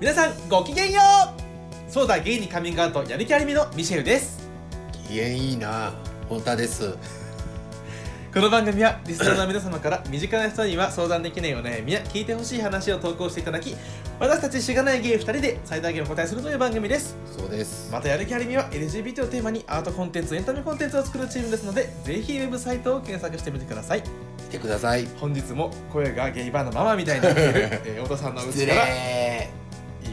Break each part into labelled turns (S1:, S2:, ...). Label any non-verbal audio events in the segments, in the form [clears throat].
S1: 皆さんごきげんようそうだゲイにカミングアウトやる気ありみのミシェルです
S2: 機嫌いいな本田です
S1: この番組はリスナーの皆様から身近な人には相談できないお悩みや聞いてほしい話を投稿していただき私たちしがないゲイ2人で最大限お答えするという番組です
S2: そうです
S1: またやる気ありみは LGBT をテーマにアートコンテンツエンタメコンテンツを作るチームですのでぜひウェブサイトを検索してみてください
S2: 来てください
S1: 本日も声がゲイバーのママみたい
S2: [laughs]
S1: になっている、えー、太田さんのうち
S2: 失
S1: からい
S2: 礼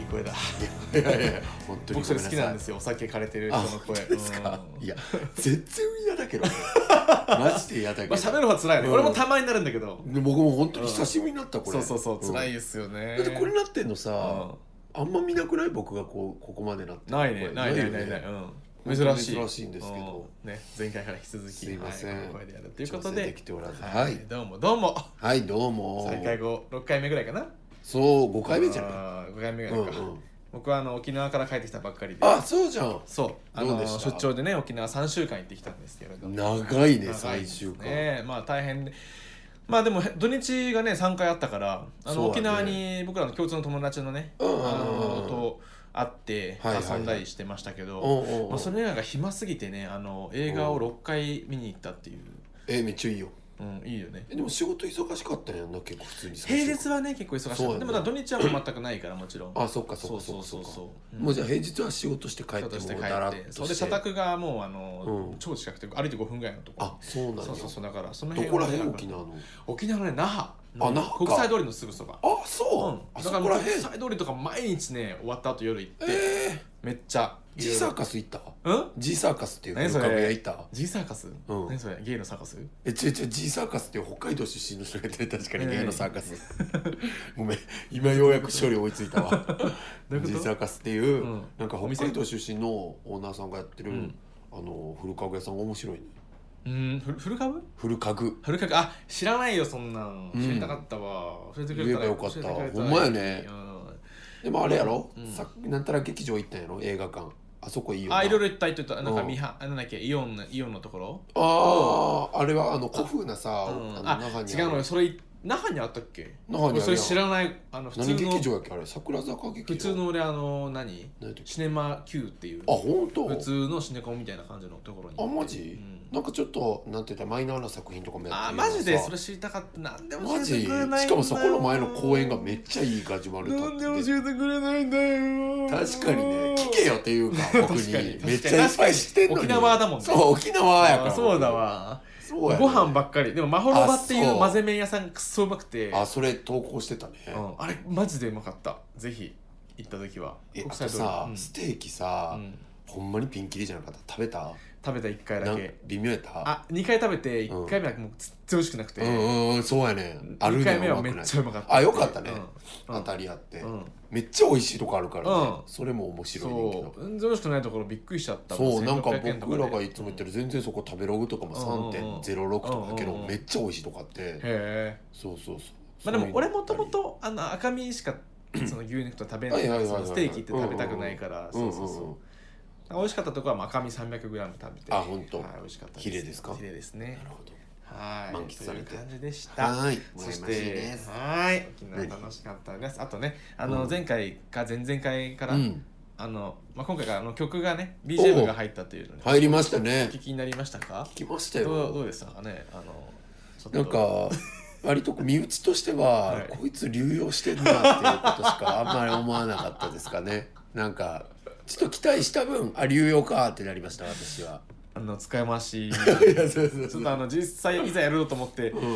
S1: い声だ
S2: いやいやいや本当に
S1: 僕それ好きなんですすよお酒枯れてる
S2: あ
S1: 人の
S2: 本
S1: 声
S2: 当ですか
S1: うん
S2: いや全然嫌だ
S1: [laughs]
S2: けどマジで嫌だけ
S1: ま
S2: ど
S1: あ喋る方は辛いね、
S2: うん
S1: 俺もたまになるんだけど
S2: で僕も本当に久しぶりになったこ
S1: そ
S2: れ
S1: うそうそう辛いで
S2: よ
S1: すよね
S2: だってこれなってんの
S1: う
S2: さあんま見なくない僕がこうここまでなって
S1: んないね
S2: これ
S1: ないね
S2: よ
S1: ないねう
S2: 本
S1: ん珍
S2: 当に
S1: しい
S2: 珍しいんですけど
S1: うんね前回から引き続き
S2: すいませ
S1: は
S2: ん
S1: いこの声でやるというこ
S2: 調
S1: と
S2: 整
S1: で
S2: できておらずはい
S1: どうもどうも
S2: はいどうも
S1: 再開後6回目ぐらいかな
S2: そう5回目じゃない
S1: ゃん5回目ぐら
S2: うん
S1: いか、
S2: うん
S1: 僕はあの沖縄から帰ってきたばっかりで
S2: あそうじゃん
S1: そうあ
S2: ど
S1: の
S2: うでした
S1: 出張でね沖縄3週間行ってきたんですけれど
S2: 長いね
S1: 長い
S2: 最
S1: です
S2: 終回
S1: ねまあ大変でまあでもへ土日がね3回あったからあ
S2: そう
S1: の
S2: だね
S1: 沖縄に僕らの共通の友達のね、
S2: うんうんうんうん
S1: あのと会って
S2: はいはいは
S1: 遊
S2: い
S1: んだりしてましたけど、
S2: おうおうおう
S1: まあ、それ以外が暇すぎてねあの映画を6回見に行ったっていう、
S2: えめっちゃいいよ
S1: うん、いいよね
S2: えでも仕事忙しかったんやんな結構普通に最
S1: 平
S2: 初
S1: 日はね結構忙し
S2: そう
S1: い、
S2: だね
S1: でもだから土日はもう全くないからもちろん
S2: あそっかそ
S1: そ
S2: っ
S1: う
S2: かそ
S1: そ
S2: っ
S1: う
S2: かそ
S1: そう
S2: っか
S1: そう
S2: もうじ
S1: ゃ
S2: ゃあ平日は仕事して帰って
S1: 帰
S2: も
S1: って
S2: う
S1: 帰
S2: だらっ
S1: ってそ
S2: と
S1: れで
S2: して
S1: 社宅がもうあの、
S2: うん
S1: 超近くて歩いて5分ぐらいのとこ
S2: あそうなんや
S1: そうそうそうだからその
S2: ど
S1: 辺
S2: こら
S1: はね
S2: 辺
S1: なんか
S2: 沖縄の
S1: 沖縄のね那覇
S2: あ那覇か
S1: 国際通りのすぐそば
S2: あそう、
S1: う
S2: あ
S1: ん、
S2: そ
S1: だからも
S2: こ
S1: う
S2: ら
S1: 国
S2: 辺
S1: 際通りとか毎日ね終わった後夜行って、
S2: え
S1: めっちゃ
S2: ー、ジサーカス行った
S1: うん
S2: ジサーカスっていう
S1: 何
S2: 旅
S1: それ
S2: 館屋行った
S1: ジーサーカス、
S2: うん
S1: 何それゲイのサーカス
S2: え違う違うジサーカスっていう北海道出身の人がいて確かに芸のサーカス、ごめん今ようやく処理追いついたわ
S1: どういうこと
S2: ジサーカスっていう、
S1: うん
S2: なんか
S1: お
S2: 北
S1: 店
S2: 海道出身のオーナーさんがやってる、
S1: うん
S2: あの古家具屋さん面白いね
S1: うんふ古株
S2: 古家具
S1: 古株あ知らないよそんなん
S2: うん
S1: 知りたかったわ、教えてくれたら
S2: 言えばよかっ
S1: 教
S2: た
S1: えてくれら
S2: ほんまやね
S1: うん
S2: でもあれやろ、
S1: うん
S2: さなんたら劇場行ったんやろ映画館あそこいいよな
S1: あいろいろ行った行ったなんか
S2: うん
S1: ミハあなんだっけイオンのイオンのところ、
S2: あああれはあの古風なさ
S1: う
S2: あ
S1: ん、
S2: の
S1: あ
S2: 中に
S1: 違うのよそれ那覇にあったっけ
S2: 那覇に
S1: 俺
S2: あるやん
S1: それ知らないあの普通
S2: 何
S1: の
S2: 劇場やっけあれ桜坂劇
S1: 普
S2: 場
S1: 通の俺あの何
S2: 何やったっけ
S1: シネマ Q っていう
S2: あ本当
S1: 普通のシネコンみたいな感じのところに
S2: あマジ、
S1: うん
S2: なんかちょっとなんて言ったらマイナーな作品とかもやって
S1: あ
S2: るような
S1: マジで
S2: さ
S1: それ知りたかったなんでも
S2: マ
S1: 教え
S2: ジ
S1: てくれないんだよ
S2: しかもそこの前の公園がめっちゃいいガジュマル立
S1: なんでも
S2: ってて
S1: 教えてくれないんだよ
S2: 確かにね聞けよっていうか僕に
S1: 確かに
S2: めっちゃいっぱい知ってんのに
S1: 沖縄だもんね
S2: そう沖縄やから
S1: あそうだわ
S2: そうやね
S1: ご飯ばっかりでもまほろばってい
S2: あそうう
S1: 混ぜ麺屋さんくっそうまくて
S2: あそれ投稿してたね、
S1: うんあれマジでうまかったぜひ行った時は
S2: えあ
S1: 国
S2: と
S1: 際通り
S2: さ、
S1: うん
S2: ステーキさ、
S1: うん
S2: ほんまにピンキリじゃなかった食べた
S1: 食べた1回
S2: な
S1: だ
S2: ん
S1: け
S2: 微妙やった
S1: あ二2回食べて1回目だけもう全然美味しくなくて
S2: うんうんうんそうやねある
S1: 2
S2: ね
S1: 回目は
S2: うま
S1: め
S2: くな
S1: っ
S2: い
S1: ちゃうまかった
S2: あよかったね、
S1: うん
S2: 当たりあって、
S1: うん
S2: めっちゃ美味しいとこあるからね、
S1: うん
S2: それも面白いねんけ
S1: そ
S2: ど
S1: う全然美味しくないところびっくりしちゃった
S2: そうなんか
S1: 1600円と
S2: 僕
S1: で
S2: らがいつも言ってる全然そこ食べログとかも3.06とかだけど
S1: うんうんうん
S2: めっちゃ美味しいとこあって
S1: へえ
S2: そうそうそう
S1: まあでも俺もとも
S2: そう
S1: とあの赤身しかその牛肉とか食べない
S2: はいはいはいはい
S1: そのステーキって食べたくないから
S2: いうの
S1: そ
S2: も
S1: うそうそう
S2: うんうんうん
S1: 美味しかったところはまあ赤身 300g 食べて
S2: あ本当
S1: はい美味しかった
S2: ヒレですか
S1: ヒレですね
S2: なるほど
S1: はい
S2: 満喫されて
S1: という感じでした
S2: はーい
S1: そし
S2: 羨ましい
S1: て
S2: です
S1: はい沖縄楽しかったですあとねあの
S2: うん
S1: 前回か前々回から
S2: うん
S1: あのまあ今回からあの曲がね BGM が入ったというので
S2: 入りましたね
S1: お聞きになりましたか
S2: 来ました
S1: どう
S2: よ
S1: どうでしたかねあのちょっと
S2: なんか割と身内として
S1: は
S2: はいこいつ流用してんなっていうことしかあんまり思わなかったですかねなんかちょっと期待した分あ流用かってなりました私は
S1: あの使い回し
S2: いやそうそう
S1: ち
S2: そ
S1: ょっ
S2: う
S1: とあの実際いざやろうと思ってちょっ
S2: うん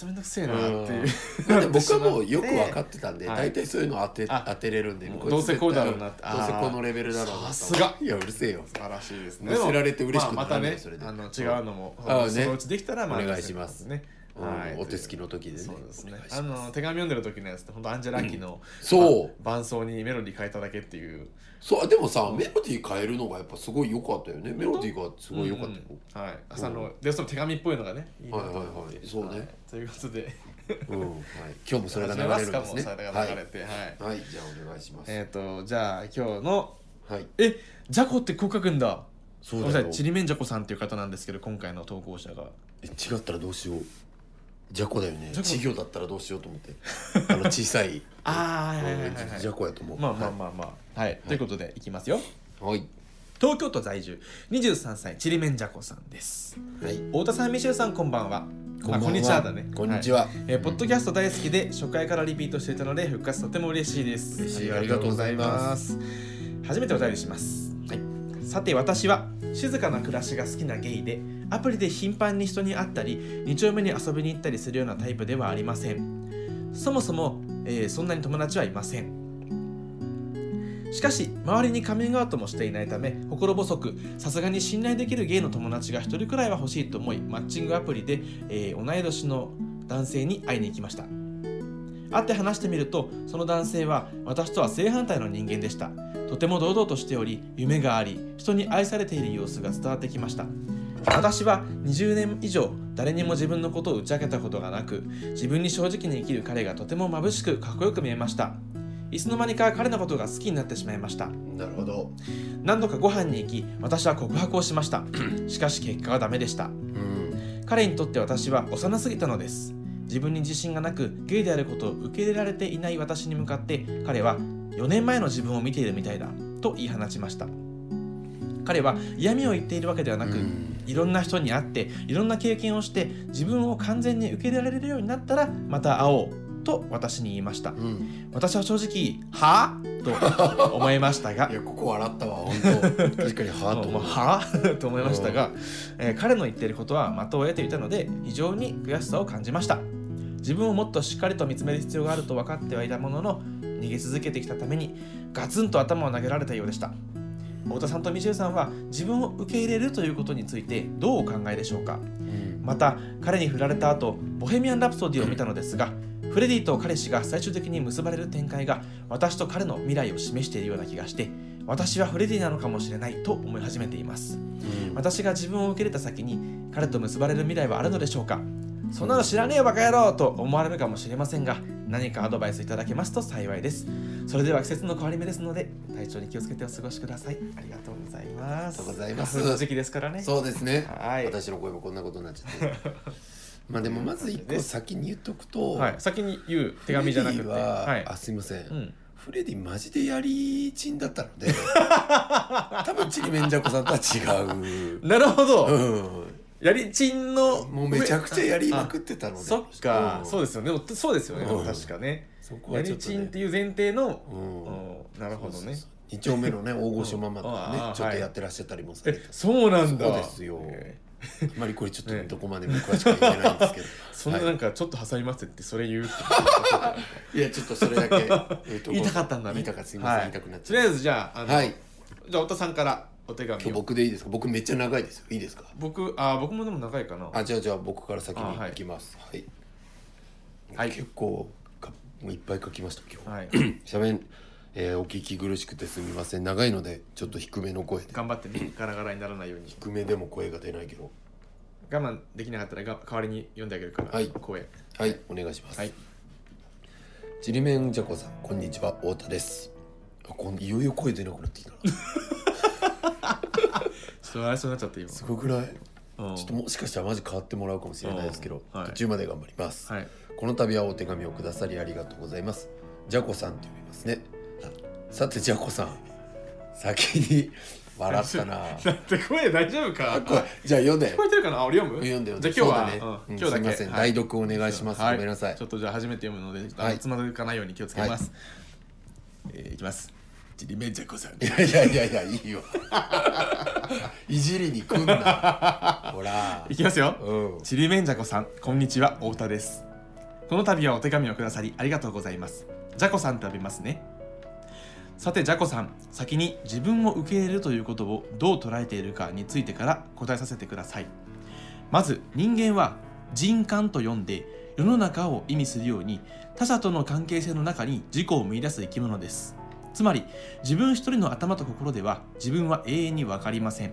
S1: とめんどくせえなっていう
S2: だって僕はもうよく分かってたんで、
S1: はい
S2: 大体そういうの当て
S1: あ
S2: 当てれるんで、
S1: もう
S2: こいつ
S1: どうせこうだろうなって
S2: 絶対どうせこのレベルだろうなと思って
S1: さすが
S2: いやうるせえよ
S1: 素晴らしいです
S2: 乗せられて嬉しくな
S1: まあまた
S2: るね
S1: ね
S2: それで
S1: あの違うのも
S2: ああね
S1: そのうちできたらまあ
S2: お願いします
S1: ね
S2: うんお手つきの時でね
S1: そうですね
S2: お願いし
S1: あ
S2: ま
S1: の手紙読んでる時のやつって本当アンジェラ・アキの
S2: そう
S1: ば伴奏にメロディー変えただけっていう
S2: そうでもさ、メロディー変えるのがやっぱすごい良かったよねメロディーがすごい良かったよ、
S1: たはいあそのでその手紙っぽいのがねいいなと思って
S2: はいはいはいそうね
S1: ということで
S2: うんはい、今日もそれが流
S1: 始めま
S2: れる
S1: す
S2: ん
S1: か
S2: で
S1: も
S2: す
S1: う
S2: ね
S1: それが
S2: は
S1: 流れ
S2: い、
S1: てはい
S2: はい、じゃあお願いします、
S1: えっとじゃあ今日の
S2: はい
S1: えじゃこってこう書くんだ
S2: そ
S1: ごめ
S2: うん
S1: な
S2: だ
S1: さ
S2: よ
S1: いちりめんじゃこさんっていう方なんですけど今回の投稿者が
S2: え違ったらどうしようじゃこだよね
S1: じゃこ
S2: 稚魚だったらどうしようと思って
S1: [laughs]
S2: あの小さい
S1: ああはいはいはいは
S2: じゃ
S1: い
S2: こやと思う
S1: まあまあまあまあはい、ということでいきますよ
S2: あはい
S1: 東京都在住23歳ちりめんじゃこさんです
S2: はい
S1: 太田さんミシェルさんこんばんは
S2: こんばん
S1: あ
S2: は
S1: こんにちはだね
S2: こんにち
S1: は
S2: は、
S1: いえーポッドキャスト大好きで初回からリピートしていたので復活とても嬉しいです
S2: 嬉しいありがとうございます
S1: 初めてお便りします
S2: はい
S1: さて私は静かな暮らしが好きなゲイでアプリで頻繁に人に会ったり2丁目に遊びに行ったりするようなタイプではありませんそもそも、えーそんなに友達はいませんしかし周りにカミングアウトもしていないため心細くさすがに信頼できるゲイの友達が1人くらいは欲しいと思いマッチングアプリで、えー同い年の男性に会いに行きました会って話してみるとその男性は私とは正反対の人間でしたとても堂々としており夢があり人に愛されている様子が伝わってきました私は20年以上誰にも自分のことを打ち明けたことがなく自分に正直に生きる彼がとても眩しくかっこよく見えましたいつの間にか彼のことが好きになってしまいました
S2: なるほど
S1: 何度かご飯に行き私は告白をしましたしかし結果はダメでした
S2: うん
S1: 彼にとって私は幼すぎたのです自分に自信がなくゲイであることを受け入れられていない私に向かって彼は4年前の自分を見ているみたいだと言い放ちました彼は嫌味を言っているわけではなく、
S2: うん
S1: いろんな人に会っていろんな経験をして自分を完全に受け入れられるようになったらまた会おうと私に言いました
S2: うん、
S1: 私は正直「はあ?」と思いま
S2: [laughs]
S1: したが
S2: いやここ
S1: [laughs]
S2: 笑ったわ本当確かにハート
S1: もうは [laughs] あと思いましたが、えー彼の言っていることは的を得ていたので非常に悔しさを感じました自分をもっとしっかりと見つめる必要があると分かってはいたものの逃げ続けてきたためにガツンと頭を投げられたようでした太田さんとミシェルさんは自分を受け入れるということについてどうお考えでしょうか
S2: うん
S1: また彼に振られた後ボヘミアン・ラプソディを見たのですがフレディと彼氏が最終的に結ばれる展開が私と彼の未来を示しているような気がして私はフレディなのかもしれないと思い始めています
S2: うん
S1: 私が自分を受け入れた先に彼と結ばれる未来はあるのでしょうかそんなの知らねえよバカ野郎と思われるかもしれませんが何かアドバイスいただけますと幸いですそれでは季節の変わり目ですので体調に気をつけてお過ごしくださいありがとうございます
S2: ありがとうございます
S1: 花粉の時期ですからね
S2: そうですね、
S1: はい
S2: 私の声もこんなことになっちゃってまあでもまず一個先に言っとくと、
S1: はい、先に言う手紙じゃなくて
S2: フレディは、
S1: はい
S2: あすいません、
S1: うん、
S2: フレディマジでやりちんだったの
S1: [laughs]
S2: で多分ちりめんじゃこさんとは違う、
S1: なるほど、
S2: う
S1: やりちんの
S2: ん、もうめちゃくちゃやりまくってたので
S1: [laughs] そっか、そう
S2: で
S1: ですよねでもそうですよね、
S2: うん
S1: 確かね
S2: そこ
S1: や
S2: はちょ
S1: り
S2: っと、
S1: ち
S2: ね、
S1: んっていう前提の、
S2: うん
S1: うんなるほどね
S2: そうそうそう二丁目のね大御所ママとかね、
S1: うんあー
S2: ちょっとやってらっしゃったりもされ
S1: え
S2: て、
S1: そうなんだ
S2: そうですよ
S1: え
S2: あんまりこれちょっ
S1: ね
S2: とどこまでも詳しくは言えないんですけ
S1: ー
S2: ど
S1: [laughs] そんな
S2: はい
S1: なんかちょっと挟みますってそれ言うって
S2: いやちょっとそれだけ、 [laughs] えっと
S1: 言いたかったんだね
S2: 言いたかったすいません、
S1: はい
S2: 言いたくなっち
S1: と
S2: ゃ
S1: りあえずじゃああ
S2: う
S1: の、
S2: はい
S1: じゃあ太田さんからお手紙
S2: 今日
S1: を
S2: 僕でいいですか僕めっちゃ長いですよいいですか
S1: 僕あ僕もでも長いかな
S2: あじゃあじゃあ僕から先に
S1: あはい
S2: 行きますはい、
S1: はい
S2: 結構かもういっぱい書きました今日、
S1: はい
S2: しゃべん、えーお聞き苦しくてすみません長いのでちょっと低めの声で
S1: 頑張ってねガラガラにならないように
S2: 低めでも声が出ないけど
S1: 我慢できなかったらが代わりに読んであげるから、
S2: はい
S1: 声
S2: はいお願いします、
S1: はい
S2: ちりめんじゃこさんこんにちは太田ですあこんいよいよ声出なくなってきたな
S1: ちょっと笑いそうになっちゃって今
S2: すごく
S1: [laughs]
S2: ない
S1: うん
S2: ちょっともしかしたらマジ変わってもらうかもしれないですけど、
S1: うんはい
S2: 途中まで頑張ります、
S1: はい
S2: この度はお手紙をくださりありがとうございますじゃこさんと呼びますねさてじゃこさん先に笑ったな
S1: だって声大丈夫か
S2: あこれじゃあ読んで
S1: 聞こえてるかなあ俺読む
S2: 読んで読ん
S1: じ
S2: で
S1: ゃあ今日は、
S2: そうだね
S1: う
S2: うんん
S1: 今日だけ
S2: すみません、
S1: はい
S2: 代読をお願いします、
S1: は
S2: ごめんなさい
S1: ちょっとじゃあ初めて読むので、あの
S2: はい
S1: つまずかないように気をつけます、えーいきますちりめんじゃこさん
S2: いやいやいやいやいいよいじりに来んなほら
S1: いきますよ
S2: うん
S1: ちりめんじゃこさんこんにちは太田ですこの度はお手紙をくださりありがとうございますじゃこさんと呼びますねさてじゃこさん先に自分を受け入れるということをどう捉えているかについてから答えさせてくださいまず人間は人間と呼んで世の中を意味するように他者との関係性の中に自己を見出す生き物ですつまり自分一人の頭と心では自分は永遠に分かりません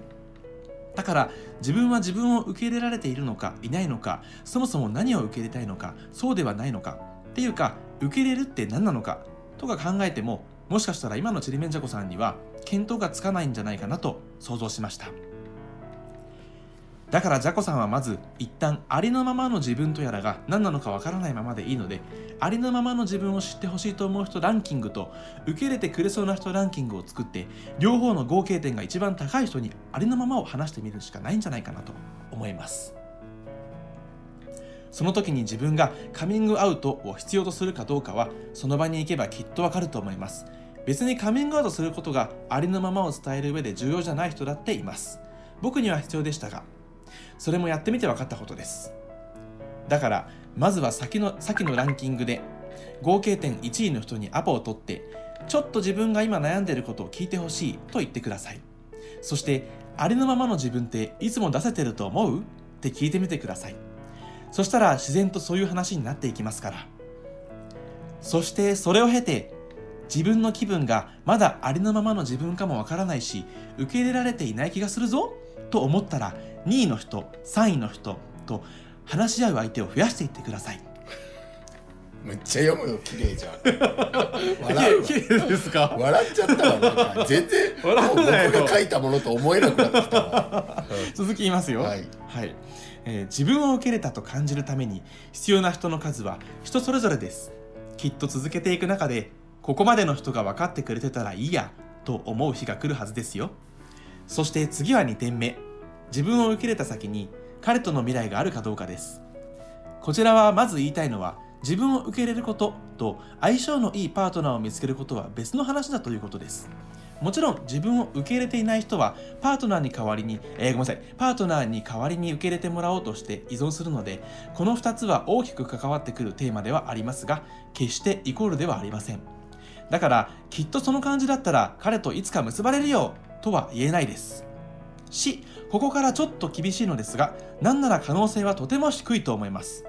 S1: だから自分は自分を受け入れられているのかいないのかそもそも何を受け入れたいのかそうではないのかっていうか受け入れるって何なのかとか考えてももしかしたら今のちりめんじゃこさんには見当がつかないんじゃないかなと想像しましただからジャコさんはまず一旦ありのままの自分とやらが何なのかわからないままでいいのでありのままの自分を知ってほしいと思う人ランキングと受け入れてくれそうな人ランキングを作って両方の合計点が一番高い人にありのままを話してみるしかないんじゃないかなと思いますその時に自分がカミングアウトを必要とするかどうかはその場に行けばきっとわかると思います別にカミングアウトすることがありのままを伝える上で重要じゃない人だっています僕には必要でしたがそれもやってみて分かったことですだからまずは先の先のランキングで合計点1位の人にアポを取ってちょっと自分が今悩んでいることを聞いてほしいと言ってくださいそしてありのままの自分っていつも出せてると思うって聞いてみてくださいそしたら自然とそういう話になっていきますからそしてそれを経て自分の気分がまだありのままの自分かもわからないし受け入れられていない気がするぞと思ったら2位の人3位の人と話し合う相手を増やしていってください
S2: めっちゃ読むの綺麗じゃん笑
S1: [laughs]
S2: うわ
S1: 麗ですか
S2: 笑っちゃったわなんか全然も
S1: 笑
S2: う
S1: う
S2: 僕
S1: なよ [laughs]
S2: が書いたものと思えなくなってきたわ、
S1: 続き言いますよ
S2: はい、
S1: はいえー自分を受け入れたと感じるために必要な人の数は人それぞれですきっと続けていく中でここまでの人が分かってくれてたらいいやと思う日が来るはずですよそして次は2点目自分を受け入れた先に彼との未来があるかどうかですこちらはまず言いたいのは自分を受け入れることと相性のいいパートナーを見つけることは別の話だということですもちろん自分を受け入れていない人はパートナーに代わりに、えーごめんなさいパートナーに代わりに受け入れてもらおうとして依存するのでこの2つは大きく関わってくるテーマではありますが決してイコールではありませんだからきっとその感じだったら彼といつか結ばれるよとは言えないですしここからちょっと厳しいのですがなんなら可能性はとても低いと思います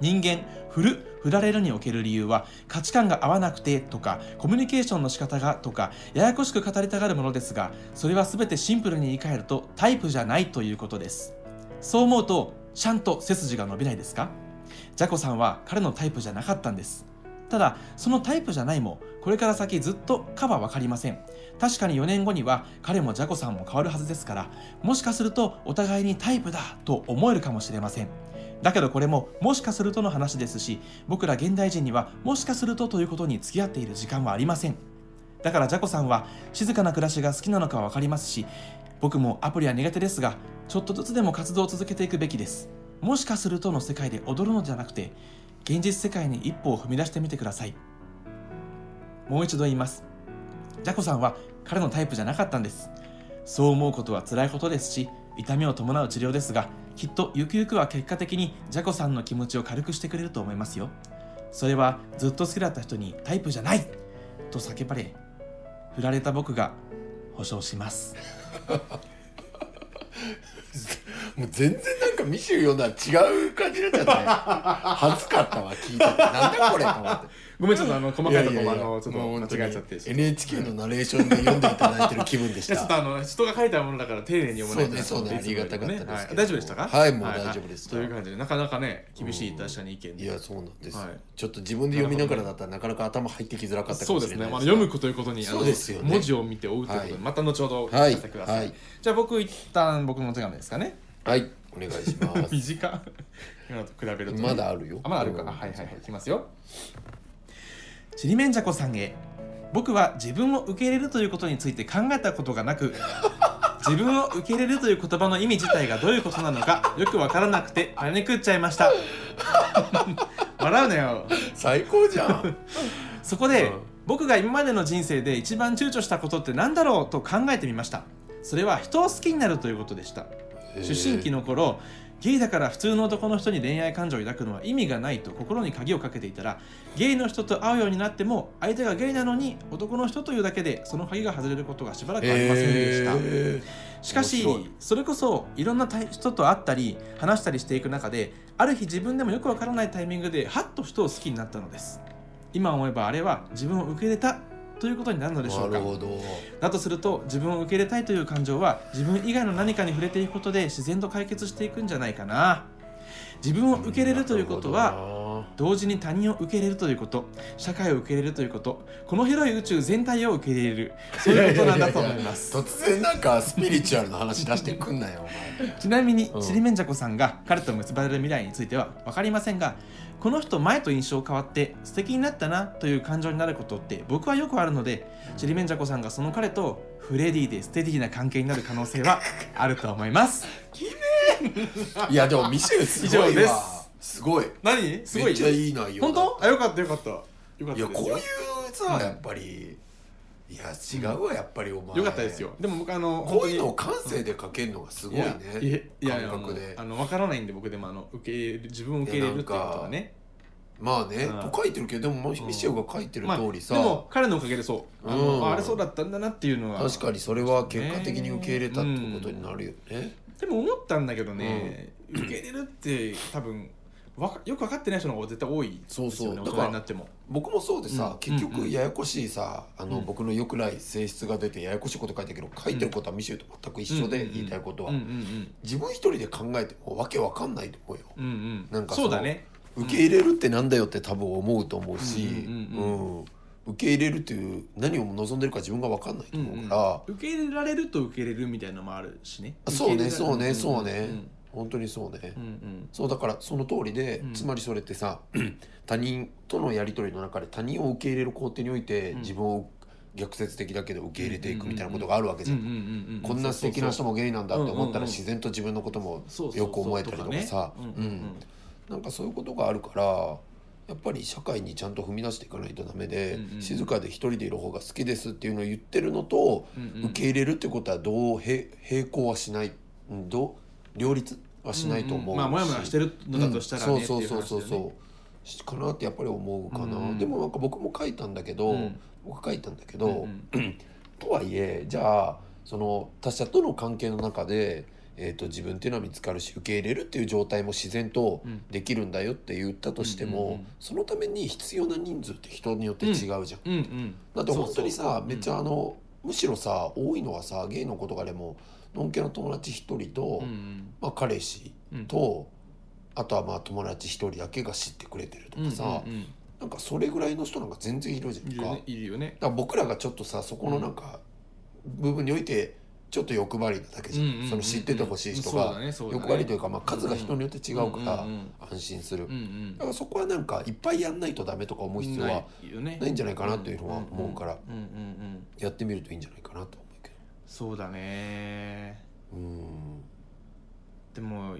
S1: 人間振る振られるにおける理由は価値観が合わなくてとかコミュニケーションの仕方がとかややこしく語りたがるものですがそれは全てシンプルに言い換えるとタイプじゃないということですそう思うとちゃんと背筋が伸びないですかジャコさんは彼のタイプじゃなかったんですただそのタイプじゃないもこれから先ずっとかは分かりません確かに4年後には彼もジャコさんも変わるはずですからもしかするとお互いにタイプだと思えるかもしれませんだけどこれももしかするとの話ですし僕ら現代人にはもしかするとということに付き合っている時間はありませんだからジャコさんは静かな暮らしが好きなのかわかりますし僕もアプリは苦手ですがちょっとずつでも活動を続けていくべきですもしかするとの世界で踊るのではなくて現実世界に一歩を踏み出してみてくださいもう一度言いますジャコさんは彼のタイプじゃなかったんですそう思うことは辛いことですし痛みを伴う治療ですがきっとゆくゆくは結果的にジャコさんの気持ちを軽くしてくれると思いますよそれはずっと好きだった人にタイプじゃないと叫ばれ振られた僕が保証します
S2: もう全然なんかミシュような違う感じになっちゃって恥ずかったわ聞いててなんだこれと思って
S1: ごめんちょっとあの細かいとこもあのちょっ
S2: もう
S1: と
S2: 本当に
S1: 間違えちゃってちょっ
S2: NHK のナレーションで読んでいただいてる気分でし
S1: とい
S2: た
S1: やちょっとあの人が書いたものだから丁寧に読まないとな
S2: そうねそうね
S1: と思ん
S2: ありがたかったですけど
S1: はい大丈夫でしたか
S2: はいもう大丈夫です
S1: という感じでなかなかね厳しい他者に意見
S2: い
S1: で
S2: やそうなんです、
S1: はい
S2: ちょっと自分で読みながらだったらなかなか頭入ってきづらかったか
S1: そう
S2: も
S1: で
S2: し
S1: す
S2: れ
S1: ね、
S2: ない
S1: まあ、読むこということにあの
S2: そうですよね
S1: 文字を見て追うということで、
S2: はい
S1: また後ほどお聞
S2: は
S1: か
S2: い
S1: せください、
S2: はい
S1: じゃあ僕一旦僕のお手紙ですかね
S2: はいお願いしま
S1: [laughs]
S2: す
S1: 短い今のと比べるとね、
S2: [laughs] まだあるよ
S1: あまだあるかあはいはいはいいきますよちりめんじゃこさんへ僕は自分を受け入れるということについて考えたことがな
S2: [laughs]
S1: く自分を受け入れるという言葉の意味自体がどういうことなのかよくわからなくてパニクっちゃいま
S2: [laughs]
S1: した笑うなよ
S2: 最高じゃん
S1: そこで、
S2: うん
S1: 僕が今までの人生で一番躊躇したことって何だろうと考えてみましたそれは人を好きになるということでした出身期
S2: の
S1: の頃ゲイだから普通の男の人に恋愛感情を抱くのは意味がないと心に鍵をかけていたらゲイの人と会うようになっても相手がゲイなのに男の人というだけでその鍵が外れることがしばらくありませんでした、
S2: え
S1: しかし
S2: 面白い
S1: それこそいろんなたい人と会ったり話したりしていく中である日自分でもよくわからないタイミングでハッと人を好きになったのです今思えばあれは自分を受け入れたということになるのでしょ
S2: ー、
S1: うか
S2: なるほど
S1: だとすると自分を受け入れたいという感情は自分以外の何かに触れていくことで自然と解決していくんじゃないかな自分を受け入れるということは
S2: な
S1: 同時に他人を受け入れるということ社会を受け入れるということこの広い宇宙全体を受け入れるそういうことなんだと思います
S2: ややや突然なんかスピリチュアルな話出してくんなよお前
S1: ちなみに
S2: うん
S1: ちりめんじゃこさんが彼と結ばれる未来については分かりませんがこの人前と印象変わって素敵になったなという感情になることって僕はよくあるのでちりめんじゃこさんがその彼とフレディでステディな関係になる可能性
S2: [laughs]
S1: はあると思います [laughs]
S2: いやでもミシェルす
S1: 以
S2: ご
S1: 上
S2: い
S1: です
S2: わすごい
S1: 何すご
S2: め
S1: い
S2: っちゃいい内容だ
S1: 本当あよかったよかったよかった
S2: いやこういう
S1: う
S2: さ
S1: ん
S2: やっぱりいや違うわやっぱりお前
S1: よかったですよでも僕あの
S2: こういうのを
S1: 本
S2: 感性で書けるのが
S1: 当
S2: すご
S1: に
S2: いね
S1: いやいやいや
S2: 感
S1: も
S2: 覚
S1: う
S2: で
S1: あの分からないんで僕でもあの受け入れる自分を受け入れるっていうことがね
S2: まあね
S1: うん
S2: と書いてるけどでも
S1: ん
S2: ミシェルが書いてる
S1: まあ
S2: 通りさ
S1: でも彼のおかげでそうあ
S2: うん
S1: のああれそうだったんだなっていうのは
S2: 確かにそれは結果的に受け入れたってことになるよね
S1: でも思ったんだけどね、受け入れるって多分わかよく分かってない人の方が絶対多いですよね
S2: そうそう
S1: 大
S2: だか
S1: 人
S2: ら
S1: になっても
S2: 僕もそうで
S1: うん
S2: さ結
S1: うんう
S2: 局
S1: ん
S2: ややこしいさあの
S1: うん
S2: 僕の良くない性質が出てややこしいこと書いてるけど書いてることはミシェルと全く一緒
S1: うん
S2: で
S1: うんうん
S2: 言いたいこと
S1: うん
S2: は
S1: うん
S2: 自分一人で考えてもわけわかんないと思うよ
S1: うんうんう
S2: なんんか
S1: そうだね
S2: 受け入れるってなんだよって多分思うと思う
S1: う
S2: し、
S1: ん
S2: う
S1: うんうん
S2: 受け入れるという何を望んでるか自分が分かんないと
S1: うん
S2: 思う
S1: うん
S2: から、
S1: 受け入れられると受け入れるみたいなのもあるしね
S2: あそうね
S1: 受け入れられる
S2: そうねそうね
S1: ん
S2: 本当にそうね、
S1: うんうん
S2: そうだからその通りで、
S1: うん
S2: つまりそれってさ [clears throat] 他人とのやり取りの中で他人を受け入れる工程において、
S1: うん
S2: 自分を逆説的だけど受け入れていくみたいなことがあるわけじゃん。
S1: うんうんうんうん
S2: こんな素敵な人もゲイなんだって思った
S1: うんうんうん
S2: ら自然と自分のことも
S1: そうそうそう
S2: よく思えたりとかさ
S1: そうそう
S2: う
S1: そうとかね
S2: んなんかそういうことがあるからやっぱり社会にちゃんと踏み出していかないとダメで、
S1: うんうん
S2: 静かで一人でいる方が好きですっていうのを言ってるのと、
S1: うんうん
S2: 受け入れるってことはどう並並行はしないうんどう両立はしないと思う
S1: んん
S2: し、
S1: まあモヤモヤしてるのだとしたらね、
S2: うんそうそうそうそう
S1: ってい話だよね
S2: そうしかなってやっぱり思うかな、
S1: うんうん
S2: でもなんか僕も書いたんだけど、
S1: うん
S2: 僕書いたんだけど、
S1: うん
S2: とはいえじゃあその他者との関係の中で、えー、と自分っていうのは見つかるし受け入れるっていう状態も自然と
S1: うん
S2: できるんだよって言ったとしても、
S1: うんうんうん
S2: そのために必要な人数って人によって違うじゃん。
S1: うんうん
S2: だって本当にさ
S1: そうそう
S2: めっちゃあの、むしろさ多いのはさゲイの子とかでものんけの友達一人と、
S1: うんうん
S2: まあ、彼氏
S1: うん
S2: と、あとはまあ友達一人だけが知ってくれてるとかさ、
S1: うんうん
S2: なんかそれぐらいの人なんか全然いるじゃ
S1: うん
S2: ん
S1: いる
S2: か。
S1: よねいるよね
S2: だから僕らがちょっとさそこのなんか部分においてちょっと欲張りなだけじゃん,、
S1: うんうんうんうん
S2: その知っててほしい人
S1: そうだ
S2: が
S1: ねそうだね
S2: 欲張りというか、まあ、数が人によって違うから
S1: うんうん
S2: 安心する、
S1: うんうん
S2: だからそこはなんかいっぱいやんないとダメとか思う必要は
S1: ないよね
S2: ないんじゃないかなというのは思うから
S1: うんうんうん
S2: やってみるといいんじゃないかなと思うけ
S1: そうだね
S2: どうん
S1: でも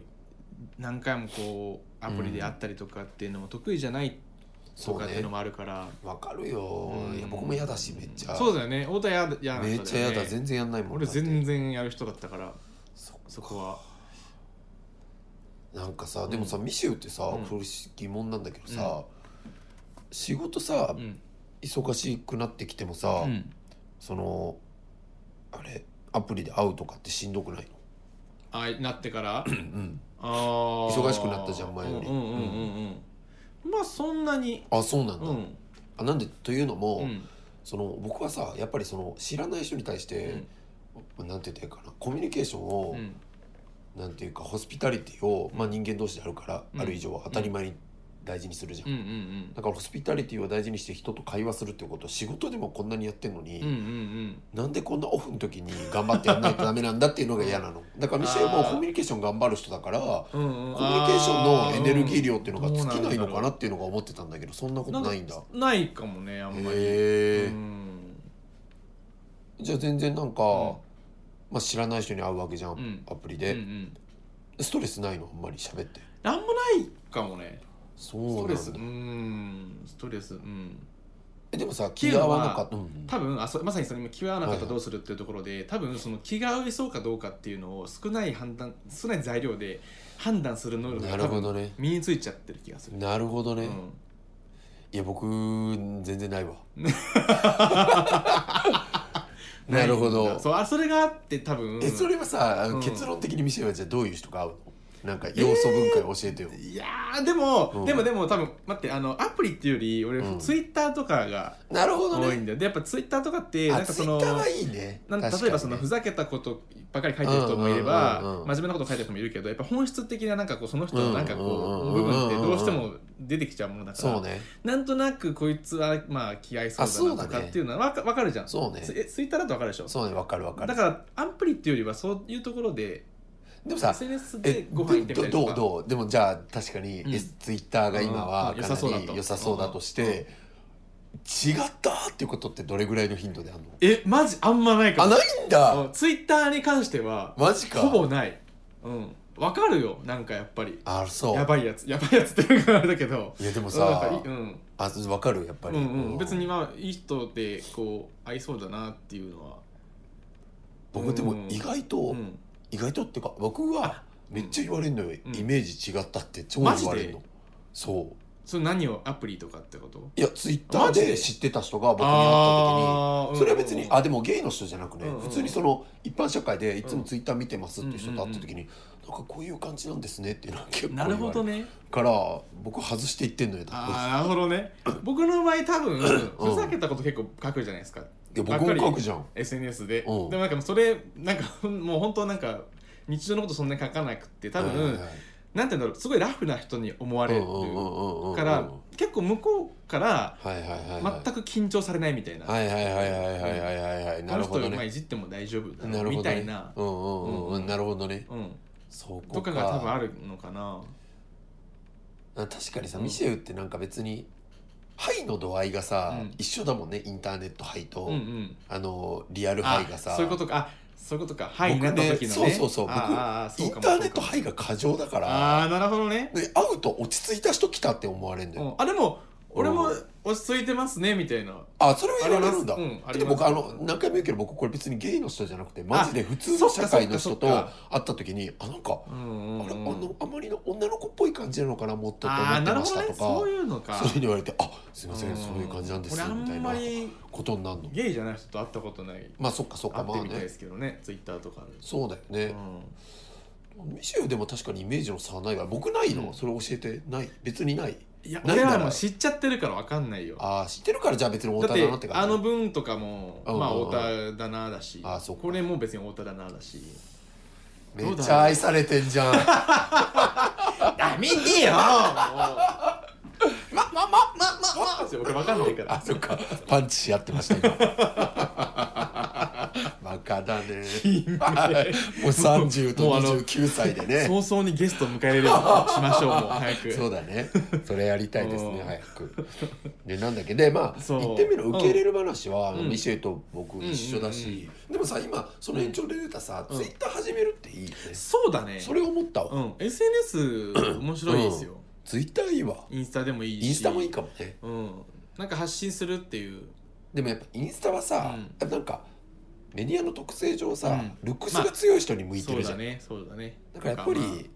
S1: 何回もこうアプリであったりとかっていうのも得意じゃないと
S2: そう
S1: かっていう
S2: ね
S1: のもあるから
S2: わかるよ、
S1: うん
S2: いや僕も嫌だしめっちゃ
S1: そうだよね太田やや
S2: めっちゃ嫌だ
S1: 然
S2: 全然やんないもん
S1: 俺
S2: だって
S1: 全然やる人だったから
S2: そっか
S1: そこは
S2: なんかさでもさ、ミシューってさ、
S1: うん
S2: これ疑問なんだけどさ、仕事さ、
S1: うん
S2: 忙しくなってきてもさ、
S1: うん
S2: そのあれアプリで会うとかってしんどくないの、
S1: あなってから
S2: うん、
S1: あー
S2: 忙しくなったじゃん前より
S1: うんうんうんうんうんまあそんなに
S2: あそうなんだ、
S1: うん
S2: あなんでというのも、
S1: うん
S2: その僕はさやっぱりその知らない人に対し
S1: う
S2: て
S1: ん、
S2: なんて言ったらいいかなコミュニケーションを、
S1: うん
S2: なんていうかホスピタリティを、まあ、人間同士であるから、
S1: うん
S2: ある以上は当たり前に大事にするじゃん、
S1: うんうん
S2: だからホスピタリティを大事にして人と会話するってこと仕事でもこんなにやってんのに、
S1: うんうんうん
S2: なんでこんなオフの時に頑張ってやんないとダメなんだっていうのが嫌なのだからミシェルも
S1: あー
S2: コミュニケーション頑張る人だから
S1: コミ
S2: コミュニケーションのエネルギー量っていうのが
S1: つ
S2: 尽きないのかなっていうのが思ってたんだけどそんなことないんだへ
S1: ないかもねあんまり、
S2: え
S1: うん
S2: じゃあ全然なんか、
S1: うん
S2: まあ、知らない人に会うわけじゃん、
S1: うん
S2: アプリ
S1: うんう
S2: で、
S1: ん、
S2: ストレスないのあんまり喋って
S1: なんもないかもね
S2: そ
S1: スト
S2: うなん
S1: レ
S2: だ
S1: スうんストレスうん
S2: えでもさ
S1: てい
S2: 気
S1: うの
S2: が
S1: は
S2: 合わなかった、うん
S1: 多分あそまさにそれも気が合わなかった
S2: はい
S1: らどう
S2: はい
S1: するっていうところで、多分その気が合いそうかどうかっていうのを少ない判断少ない材料で判断する能力
S2: な
S1: が
S2: る
S1: 多
S2: ほ
S1: 分
S2: どね
S1: 身についちゃってる気がする、
S2: なるほどね、
S1: うん
S2: いや僕全然ないわ
S1: [laughs]
S2: なるほ
S1: ないん
S2: ど
S1: だそうあそれがあって多分
S2: えそれはさ、あの
S1: うん
S2: 結論的にミシェルはじゃあどういう人が合うのなんか要素分解教えてよ、
S1: いやーでも、
S2: うん
S1: でもでも多分待ってあのアプリっていうより俺、
S2: うん
S1: ツイッターとかが
S2: なるほど
S1: 多い
S2: ね
S1: んだよでやっぱツイッターとかってな
S2: あ
S1: んか
S2: ツ
S1: そ
S2: イッ
S1: の
S2: ターはいいね
S1: なん
S2: 確かに
S1: 例えばそのふざけたことばかり書いてる人もいれば、
S2: うんうんうんうん
S1: 真面目なこと書いてる人もいるけどやっぱ本質的ななんかこうその人のなんかこう、
S2: うんうんうんうん
S1: 部分ってどうしても出てきちゃうものだから、
S2: そうね
S1: なんとなくこいつはまあ気合いそ
S2: あそうう
S1: だ
S2: だ
S1: な
S2: ね
S1: とかっていうのはわかわかるじゃん
S2: そうね
S1: ツイえツイッターだとわかるでしょ
S2: そうねわかるわか
S1: だ
S2: る
S1: からアプリっていうよりはそういうところで
S2: でもさ
S1: SNS
S2: え
S1: でご
S2: ど
S1: 飯行ってみたりと
S2: ど
S1: か
S2: うどうでもじゃあ確かに、
S1: うん
S2: S ツイッターが今は
S1: うんうん
S2: か
S1: 良さそうだ
S2: な
S1: と
S2: り良さそうだとして、違ったっていうことってどれぐらいの頻度であんの
S1: えマジあんまないか
S2: あ
S1: も
S2: ないんだ、
S1: うんツイッターに関しては
S2: マジか
S1: ほぼないうんわかるよなんかやっぱり
S2: あそう
S1: やばいやつやばいやつっていうかあれだけど
S2: いやでも
S1: うんやっぱ
S2: さ
S1: りうん
S2: あわかるやっぱり、
S1: うんうん別に
S2: うん
S1: まあいい人でこう合いそうだなっていうのは
S2: 僕で
S1: うん
S2: も意外と、
S1: うん
S2: 意外とってか僕はめっちゃ言われるのよ、
S1: うん
S2: イメージ違ったって超言
S1: マジで
S2: われるのそう
S1: それ何をアプリとかってこと
S2: いやツイッター
S1: マジ
S2: で
S1: で
S2: 知ってた人が僕に会っ
S1: あ
S2: た時
S1: ー
S2: にそれは別に
S1: うん
S2: あでもゲイの人じゃなくね、
S1: うんうん
S2: 普通にその一般社会でいつもツイッター見てますっていう人と会った時に、なんかこういう感じなんですねっていうのは結構言
S1: な
S2: われ
S1: る
S2: る
S1: ほどね
S2: から僕外していってんのよ多分
S1: ああなるほど
S2: [laughs]
S1: ね僕の場合多分ふざけたこと結構書くじゃないですか
S2: いや僕も書くじゃん
S1: SNS でで
S2: う
S1: も
S2: ん
S1: なんかそれなんか [laughs] もう本当なんか日常のことそんなに書かなくて多
S2: はいはい
S1: 分
S2: はい
S1: なんて言うんだろうすごいラフな人に思われる
S2: うんうんうんうんうん
S1: から結構向こうから
S2: はいはいはいはい
S1: 全く緊張されないみたいな
S2: はいはいはいはいはいはいはいはい
S1: あ
S2: なる
S1: の
S2: ほ
S1: 人
S2: ど
S1: まあ
S2: ね
S1: いじっても大丈夫だ
S2: な
S1: な
S2: るほ
S1: み
S2: ど
S1: たい
S2: ね
S1: な
S2: うんうんうんうんなるほどね
S1: うん
S2: そこと
S1: かが多分あるのかな
S2: あ確かにさ、
S1: うん
S2: ミシェウってなんか別に「ハイ」の度合いがさ、
S1: うん
S2: 一緒だもんねインターネット「ハイと」
S1: うんうん
S2: あのリアル「ハ
S1: あ
S2: イ」がさ
S1: そういうことかあそういうことかはいに
S2: 僕
S1: な
S2: ね
S1: った時のね
S2: そうそうそう僕
S1: あーあーそ
S2: イ
S1: う
S2: ン
S1: かも
S2: ターネッ
S1: そうか
S2: ト「
S1: も
S2: ハイ」が過剰だから
S1: ああなるほどね、
S2: で会うと落ち着いた人来たって思われるんだ
S1: う
S2: よ、
S1: ん、あでも俺も
S2: うん
S1: 落ち着いてますねみたいな
S2: あそれは言われるんだ、
S1: ありますうんあります
S2: で僕あの何回も言うけど僕これ別にゲイの人じゃなくてマジで普通
S1: そ
S2: の
S1: っか
S2: 社会の人と
S1: そっ
S2: 会
S1: か
S2: った時にあなんか、
S1: うんうん、う
S2: あ
S1: ん、
S2: れあのあまりの女の子っぽい感じなのかなもっとと思
S1: あ
S2: っ
S1: ー
S2: て
S1: なる
S2: ま
S1: ほ
S2: し
S1: ど
S2: た
S1: ね
S2: とか
S1: そういうのか
S2: そういうに言われて「あすいません、
S1: うん
S2: そういう感じなんです」
S1: 俺あ
S2: みたい
S1: んま
S2: な
S1: り
S2: ことになるの
S1: ゲイじゃない人と会ったことない
S2: まあそっかそっ
S1: 会
S2: か
S1: っ
S2: ま
S1: て
S2: あ
S1: みたいで
S2: ね
S1: すけどねツイッターとかで
S2: そうだよね、
S1: う
S2: ミシェルでも確かにイメージの差はないわ僕ないの、
S1: うん
S2: それ教えてない別にない
S1: ん、いや
S2: ない
S1: 俺
S2: なら
S1: らも知っちゃってるから分かんないよ
S2: ああ知ってるからじゃあ別に太
S1: だ
S2: 田だなっ
S1: ってて
S2: 感じ
S1: あの文とかも、
S2: うんうんうん
S1: まあ太田だなだし
S2: あそうか
S1: これも別に太田だなだし
S2: めっちゃ愛されてんじゃん
S1: ダメてよま
S2: まままままま
S1: 俺分かんないから
S2: あそっかパンチし合ってました今バカだねもう30と
S1: もうあの
S2: 29歳でね
S1: 早々にゲスト迎えれるようにしましょうもう早く
S2: そうだね。それやりたいですね
S1: う、ん
S2: 早く。で、なんだっけ、で、まあ、
S1: そう
S2: 言ってみる、受け入れる話は、
S1: ん
S2: あのミシェルと僕一緒だ
S1: うんうん
S2: し。でもさ、今、その延長で出たさ、
S1: うん
S2: ツイッター始めるっていいよね。
S1: そうだね
S2: それ思った
S1: う
S2: わ。
S1: ん SNS 面白いですよ、
S2: ツイッターいいわ。
S1: インスタでもいいし
S2: インスタもいいかもね。
S1: うんなんか発信するっていう
S2: でも、やっぱインスタはさ、なんか。メディアの特性上さ、
S1: うん
S2: ルックスが強い人に向いて
S1: そ
S2: る
S1: う
S2: じゃ
S1: だ
S2: ん。
S1: ねそうだね
S2: だからやっぱり、
S1: なんかまあ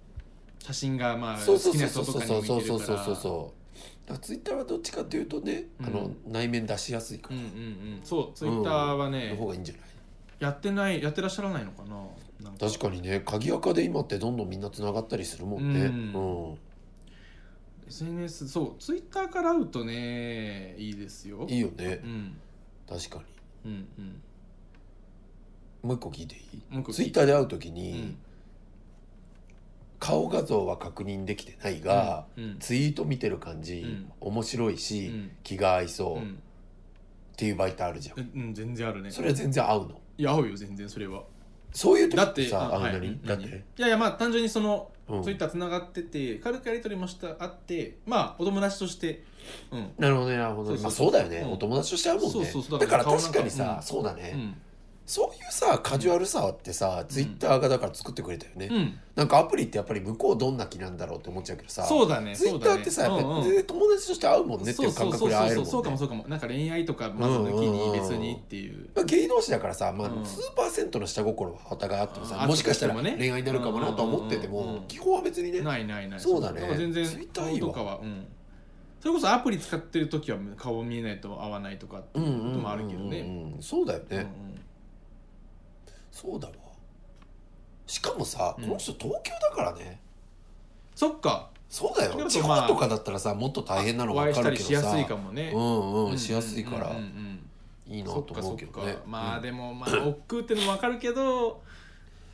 S1: 写真がまあ
S2: そう
S1: 好
S2: そう
S1: き
S2: そ
S1: な
S2: うそ
S1: 人
S2: う
S1: と
S2: そう
S1: かに
S2: そ
S1: 向いてるから
S2: うそうそうそうそう。だからツイッターはどっちかというとね、あ
S1: う
S2: の
S1: ん
S2: 内面出しやすいか
S1: うん
S2: ら
S1: うんうんそうツイッターは
S2: の
S1: ね、
S2: 方がいいんじゃない。
S1: やってないやってらっしゃらないのかななんか
S2: 確かにね鍵垢で今ってどんどんみんなつながったりするもんね、
S1: う
S2: うんん
S1: SNS そうツイッターから会うとねいいですよ
S2: いいよね
S1: うん
S2: 確かに
S1: うんうん
S2: もう一個聞いていい
S1: もう一個聞いて
S2: ツイッターで会う時
S1: う
S2: に、
S1: ん
S2: 顔画像は確認できてないが、
S1: うん
S2: ツイート見てる感じ、
S1: うん
S2: 面白いし、
S1: うん
S2: 気が合いそう、
S1: う
S2: っ
S1: ん
S2: ていう媒体あるじゃん、
S1: うんうん全然あるね
S2: それは全然合うの
S1: いや合うよ全然それは
S2: そういう時
S1: だっ
S2: って
S1: て
S2: さあの
S1: はい
S2: 何、
S1: うん
S2: だって、
S1: いやいやまあ単純にその
S2: うん
S1: ツイッターつながってて軽くやり取りもしたあってまあお友達としてうん
S2: なるほどねなるほどね
S1: そう
S2: まあ
S1: そ
S2: そううだよね、
S1: うん
S2: お友達として会うもんね
S1: そうそうそうだ
S2: だ
S1: か
S2: からら確かに
S1: 顔なんかう
S2: さ、
S1: ん
S2: そうだね、
S1: うん
S2: そういうさカジュアルさってさ、ツイッターがだから作ってくれたよね、
S1: うん
S2: なんかアプリってやっぱり向こうどんな気なんだろうって思っちゃうけどさ
S1: そうだね
S2: ツイ
S1: そ
S2: ッ
S1: う
S2: タ
S1: だ
S2: ー
S1: ね
S2: ってさ、やっ
S1: うん
S2: ぱ
S1: うん
S2: り友達として会うもんねっていう感覚で会えるもんね
S1: そうそうそうそうそうかもそうかもなんか恋愛とかまず抜きに別にっていう
S2: まあゲイ同士だからさ、まあ、
S1: うん
S2: 数パーセントの下心はお互いあっても
S1: あ
S2: さ
S1: ー
S2: もしかしたら
S1: あってもね
S2: 恋愛になるかもなとは思ってて
S1: うんうんうんう
S2: も
S1: ん
S2: 基本は別にね
S1: ないないない
S2: そうだね
S1: から全然
S2: ツイッター
S1: 顔
S2: いいわ
S1: とかはうんそれこそアプリ使ってる時は顔見えないと合わないとかって
S2: う
S1: い
S2: ん
S1: う
S2: う
S1: こ
S2: んうん
S1: と
S2: うん
S1: もあるけどね
S2: そうだよね、
S1: うんうん
S2: そうだわしかもさ
S1: うん
S2: この人東京だからね、
S1: そっか
S2: そうだ
S1: け
S2: よ
S1: ど
S2: 地
S1: まあ
S2: 方とかだったらさもっと大変なの
S1: お
S2: 分
S1: 会い
S2: か
S1: したり
S2: るけ
S1: し
S2: ど
S1: や
S2: さ
S1: すいかもね
S2: うん
S1: う
S2: うんんしやすいか
S1: うん
S2: ら
S1: うんうん
S2: いいな
S1: そ
S2: と
S1: っかそ
S2: 思
S1: うっ
S2: けど
S1: か
S2: ね
S1: まあでもまあ億劫ってのもわかるけど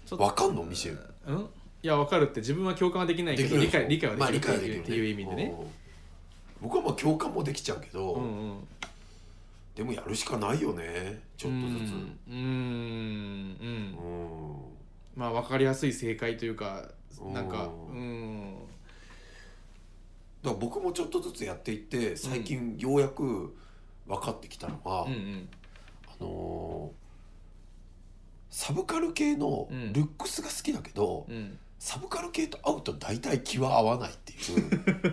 S1: ちょっと
S2: わかんのミシェル
S1: うんいやわかるって自分は共感はできないけ
S2: でき
S1: ど
S2: る
S1: 理解理解
S2: ま
S1: は
S2: あ
S1: で
S2: 理
S1: きる
S2: 解
S1: って
S2: で
S1: い
S2: きる
S1: う
S2: よ
S1: っていう意味でね
S2: うん僕はまあ共感もできちゃうけど、
S1: うんうん
S2: でもやるしかないよねちょっとずつ
S1: うんうんうん
S2: うん
S1: まあわかりやすい正解というかなんか
S2: う
S1: うん
S2: だから僕もちょっとずつやっていって最近ようやく分かってきたのが、
S1: うんうん
S2: あのーサブカル系の
S1: うん
S2: ルックスが好きだけど、
S1: うん
S2: サブカル系と会うと大体気は合わないってい う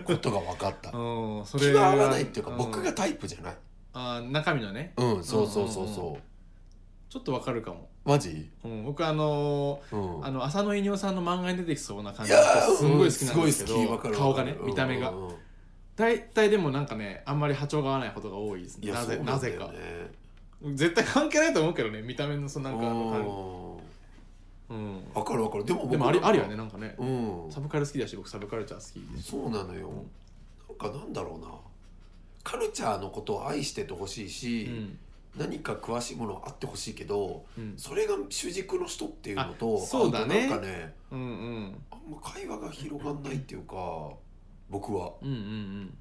S1: [laughs]
S2: ことが分かった
S1: うんそ
S2: 気
S1: れ
S2: は合わないっていうか僕
S1: う
S2: が
S1: ん
S2: タイプじゃない
S1: あー中身のね
S2: うんそうそうそうそう
S1: うんちょっとわかるかも
S2: マジ
S1: うん僕あのー
S2: うん
S1: あの浅野稲夫さんの漫画に出てきそうな感
S2: い
S1: じ
S2: や
S1: が
S2: ー
S1: すごい好きなんですけ
S2: ごい
S1: ど
S2: 好きわかる
S1: 顔がね
S2: わかる
S1: 見た目が
S2: うんうんうん
S1: 大体でもなんかねあんまり波長が合わないことが多いです
S2: い
S1: ね
S2: や
S1: なぜ
S2: そう
S1: なん
S2: だ
S1: ぜ
S2: よ
S1: か
S2: ね
S1: 絶対関係ないと思うけどね見た目のそのなんかわかる
S2: う
S1: うん
S2: んわかるわかるでも僕
S1: でもありあるよねなんかね
S2: うん
S1: サブカル好きだし僕サブカルチャー好きで
S2: そうなのよなんかなんだろうなカルチャーのことを愛しててほしいし、
S1: うん
S2: 何か詳しいものはあってほしいけど
S1: うん
S2: それが主軸の人っていうのと
S1: あそうだね
S2: 会うとなんかね
S1: うんうん
S2: あんま会話が広がんないっていうか僕は
S1: うんうんうん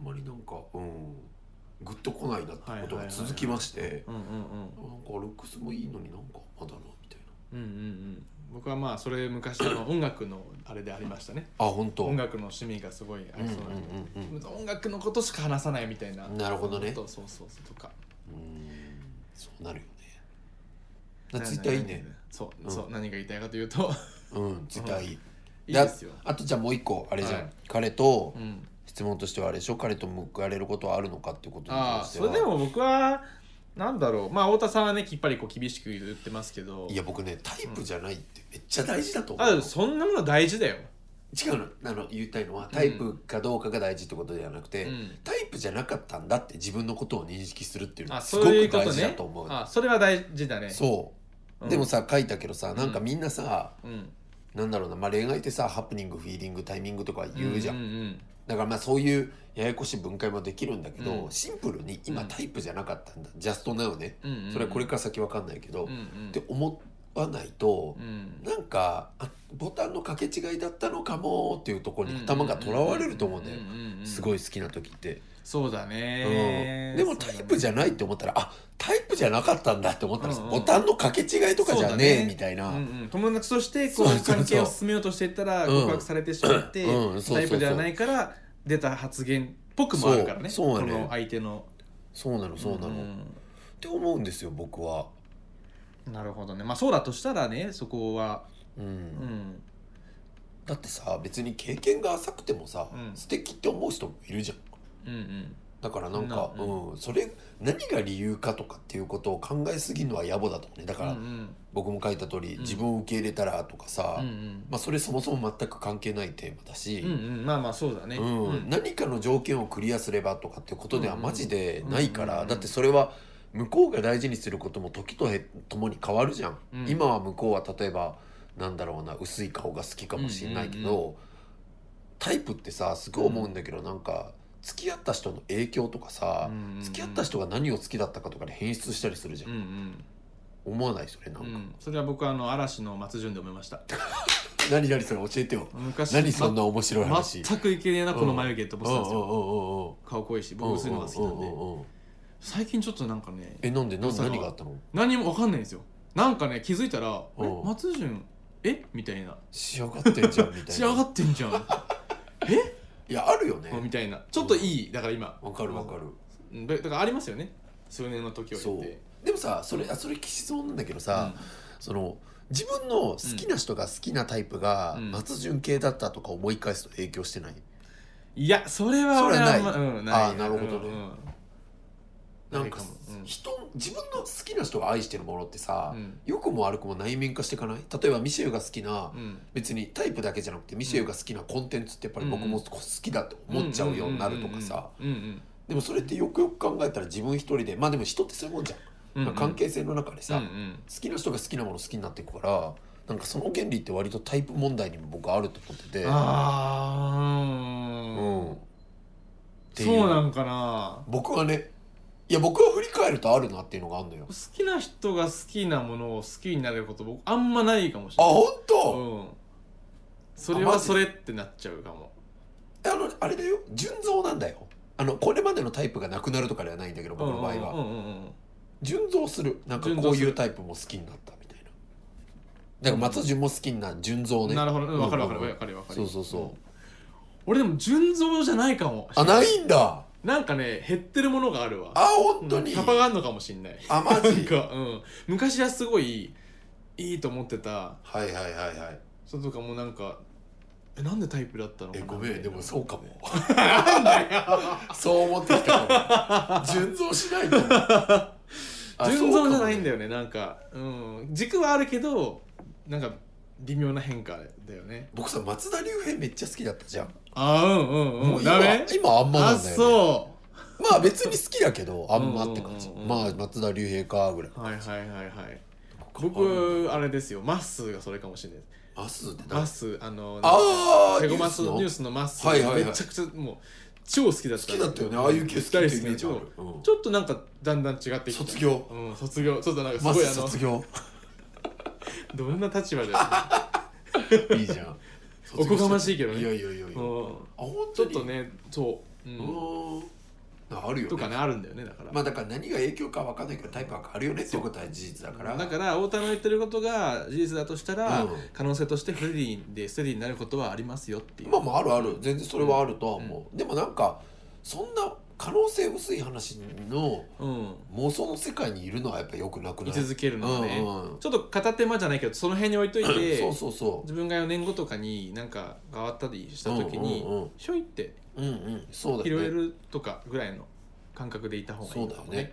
S2: あんまりなんかうんグッと来ないなってことが続きまして
S1: うんうんうん
S2: なんかルックスもいいのになんかまだなみたい
S1: うんうんうん僕はまあそれ昔あの音楽のあれでありましたね
S2: なあ本当
S1: 音楽の趣味がすごいありそうな人
S2: うんうん
S1: 音楽のことしか話さないみたいな
S2: なるほどね
S1: そうそうそうそうとか
S2: うんそうなるよねだツイッターいいね
S1: そう、
S2: うん
S1: そう何が言いたいかというと
S2: うんツイッターいい
S1: いいですよ
S2: あとじゃあもう一個あれじゃ
S1: は
S2: ん、
S1: い
S2: 彼と
S1: うん、
S2: 質問としてはあれでしょ彼と報われることはあるのかっていうことに
S1: あ
S2: 関
S1: あ
S2: して
S1: そ
S2: は
S1: れでも僕はなんだろうまあ太田さんはねきっぱりこう厳しく言ってますけど
S2: いや僕ねタイプじゃないってめっちゃ大事だと思う、
S1: あそんなもの大事だよ、
S2: 違うのあの言いたいのはタイプかどうかが大事ってことではなくて、
S1: うん、
S2: タイプじゃなかったんだって自分のことを認識するっていうの
S1: あ
S2: はす
S1: そ
S2: ご
S1: ういうこ
S2: く大
S1: と
S2: 事だ
S1: ね
S2: と思う
S1: あそれは大事だね
S2: そう、
S1: うん
S2: でもさ書いたけどさなんか
S1: うん
S2: みんなさ、
S1: うん
S2: なんだろうな、まあ、恋愛ってさハプニングフィーリングタイミングとか言うじゃん、
S1: うんうん
S2: だからまあそういうややこしい分解もできるんだけど、
S1: うん
S2: シンプルに今
S1: うん
S2: タイプじゃなかったんだ、ジャストナウね
S1: うんうんうん
S2: それはこれから先わかんないけど、
S1: うんう
S2: っ
S1: ん
S2: て思わないと
S1: う、ん
S2: なんかあボタンの掛け違いだったのかもっていうところに頭がとらわれると思うんだよ、
S1: んうん
S2: すごい好きな時って、
S1: そうだ
S2: う
S1: ね
S2: ん、でもタイプじ
S1: ゃ
S2: ゃないって思ったらあタイプじゃなかったんだって思ったら、
S1: うんうん
S2: ボタンの掛け違いとかじゃねえ
S1: そうだね
S2: みたいな、
S1: うんうん、友達としてこう
S2: そうそうそう
S1: 関係を進めようとしていったら
S2: うん
S1: 告白されてしまって、
S2: うんそうそうそう
S1: タイプではないから出た発言っぽくもあるからね
S2: そうそうだね
S1: この相手の
S2: そうなのそうなの、っ
S1: ん
S2: て思うんですよ僕は、
S1: なるほどねまあそうだとしたらねそこは
S2: うん
S1: うん
S2: だってさ別に経験が浅くてもさ、
S1: うん
S2: 素敵って思う人もいるじゃ
S1: う
S2: ん
S1: んうん
S2: だからなんか、
S1: な
S2: う
S1: うん
S2: それ何が理由かとかっていうことを考えすぎるのは野暮だと思うねだから、
S1: うんうん
S2: 僕も書いた通り、
S1: ん
S2: 自分を受け入れたらとかさ、
S1: うんうん
S2: まあ、それそもそも全く関係ないテーマだし、
S1: うんうんまあまあそうだね
S2: うん何かの条件をクリアすればとかってことでは
S1: うん
S2: マジでないから、
S1: うんうん
S2: だってそれは向こうが大事にすることも時とへともに変わるじゃん、
S1: うん
S2: 今は向こうは例えばなんだろうな薄い顔が好きかもしれないけど、
S1: うんう
S2: タイプってさすごい思うんだけど、なんか付き合った人の影響とかさ、
S1: うん
S2: 付き合った人が何を好きだったかとかで変質したりするじゃ
S1: うん
S2: ん、
S1: うん
S2: 思わないそれな
S1: う
S2: んか、
S1: ん、それは僕はあの嵐の松潤で思いま
S2: [laughs]
S1: した
S2: 何何それ教えてよ
S1: 昔
S2: 何そん
S1: な
S2: な面白い話、
S1: 全くいけねえなこの眉毛って思ってたんですよ
S2: よ
S1: 顔濃いし僕薄いのが好きなんで最近ちょっとなんかね
S2: えなんでな
S1: まさか
S2: 何があったの
S1: 何もわかんないんですよなんかね気づいたら「
S2: うん
S1: え松潤えみたいな
S2: 仕上がってんじゃんみたい
S1: [laughs] 「
S2: な
S1: 仕上がってんじ
S2: [laughs]
S1: ゃん」
S2: いやあるよね
S1: みたいなちょっといいだから今
S2: わかるわかる
S1: うんだだからありますよね数年の時を
S2: そ
S1: 経て
S2: うでもさそれあそれきしそうなんだけどさ、その自分の好きな人が好きなタイプが
S1: うん
S2: 松潤系だったとか思い返すと影響してない、
S1: うんいやそれは俺はあんま
S2: それはない
S1: うん
S2: あーなるほどね
S1: うん
S2: なんか
S1: うん
S2: 人自分の好きな人が愛してるものってさ、
S1: うん
S2: 良くも悪くも内面化していかない例えばミシェルが好きな、
S1: うん
S2: 別にタイプだけじゃなくてミシェルが好きなコンテンツってやっぱり僕も好きだって
S1: ん
S2: 思っちゃうようになるとかさ
S1: うんうん
S2: でもそれってよくよく考えたら自分一人でまあでも人ってそういうもんじゃん、
S1: うんうん
S2: 関係性の中でさ、
S1: うんうん
S2: 好きな人が好きなもの好きになっていくからなんかその原理って割とタイプ問題にも僕あると思ってて、
S1: あ
S2: うん、っ
S1: あ
S2: ていう
S1: そうなんかな
S2: 僕はねいや僕は振り返るとあるなっていうのがあるのよ
S1: 好きな人が好きなものを好きになれること僕あんまないかもし
S2: あ
S1: れない
S2: 本当、
S1: うんそれ
S2: あ
S1: は
S2: マジ
S1: それってなっちゃうかも
S2: あのあれだよ順増なんだよあのこれまでのタイプがなくなるとかではないんだけど僕の場合は、
S1: うんうんうんうん
S2: 順増するなんか
S1: 順
S2: こ
S1: 増
S2: う
S1: す
S2: い
S1: る
S2: うタイプも好きになったみたいなだから松潤も好きになる順増ね
S1: なるほどうんわかるわかる
S2: うんうん
S1: わかるわかる
S2: そうそうそう、
S1: ん俺でも純増じゃないかも
S2: あないんだ
S1: なんかね減ってるものがあるわ
S2: あ本当に、
S1: うん幅があるのかもしんない
S2: あマ
S1: なん
S2: ジ
S1: か、うん、昔はすごいいいと思ってた
S2: はいはいはいはい
S1: 人とかもなんかえなんでタイプだったのか
S2: え
S1: な
S2: ごめんでもそうかも
S1: なんだよ
S2: [laughs] そう思ってきたかも順増しないと思うあ
S1: 純増じゃないんだ
S2: よ
S1: よねなんか、うん、軸はあるけどなんか微妙な変化だよね
S2: 僕さ松田龍平めっちゃ好きだったじゃん、
S1: あうんうんうん
S2: もう今
S1: ダメ
S2: 今あんまな
S1: あ
S2: んだよ、ね、
S1: そ
S2: まあ別に好きだけどあんまって感じ、
S1: うんうんうんうん
S2: まあ松田龍平かぐらいう
S1: はいはいはいはい
S2: あ
S1: 僕あれですよまっすーがそれかもしれないです
S2: マスって
S1: ま
S2: な
S1: っすーあの
S2: あー
S1: ペゴマス
S2: ニュースの
S1: ニュースのまっすー
S2: はいはいはい
S1: めちゃくちゃもう超好きだっ
S2: 好
S1: た
S2: きだったよねああいう系好きって
S1: 大
S2: イメージあ
S1: 好き
S2: る
S1: だけ、
S2: うん
S1: どちょっとなんかだんだん違ってきた
S2: 卒業
S1: うん卒業ちょっとなんかす
S2: マ
S1: ごいあ
S2: ス
S1: の
S2: 卒業
S1: どんな立場で
S2: いいじゃん
S1: おこがましいけどね
S2: いやいやいやいや
S1: う
S2: あ
S1: ん
S2: 本
S1: ち
S2: 当
S1: ょっ
S2: に
S1: とねそう、う
S2: うんーんあるよね
S1: とかねあるんだよねだから、
S2: まあだから何が影響かわかんないけどタイプは変わるよねっていうことは事実だから
S1: だから太田の言ってることが事実だとしたら、
S2: うん
S1: 可能性としてフレディでステディになることはありますよっていう、
S2: まあまああるある全然それはあるとは思う、でもなんかそんな可能性薄い話の
S1: うん
S2: 妄想の世界にいるのはやっぱ良くなくな
S1: 居
S2: い
S1: 続けるのはね、
S2: うんうん
S1: ちょっと片手間じゃないけどその辺に置いといて
S2: そうそうそう
S1: 自分が4年後とかになんか変わったりした時に、
S2: うんうんうん
S1: ひょいって
S2: うんうんそうだ
S1: 拾
S2: よ
S1: え
S2: ね
S1: るとかぐらいの感覚でいた方がいいのかもね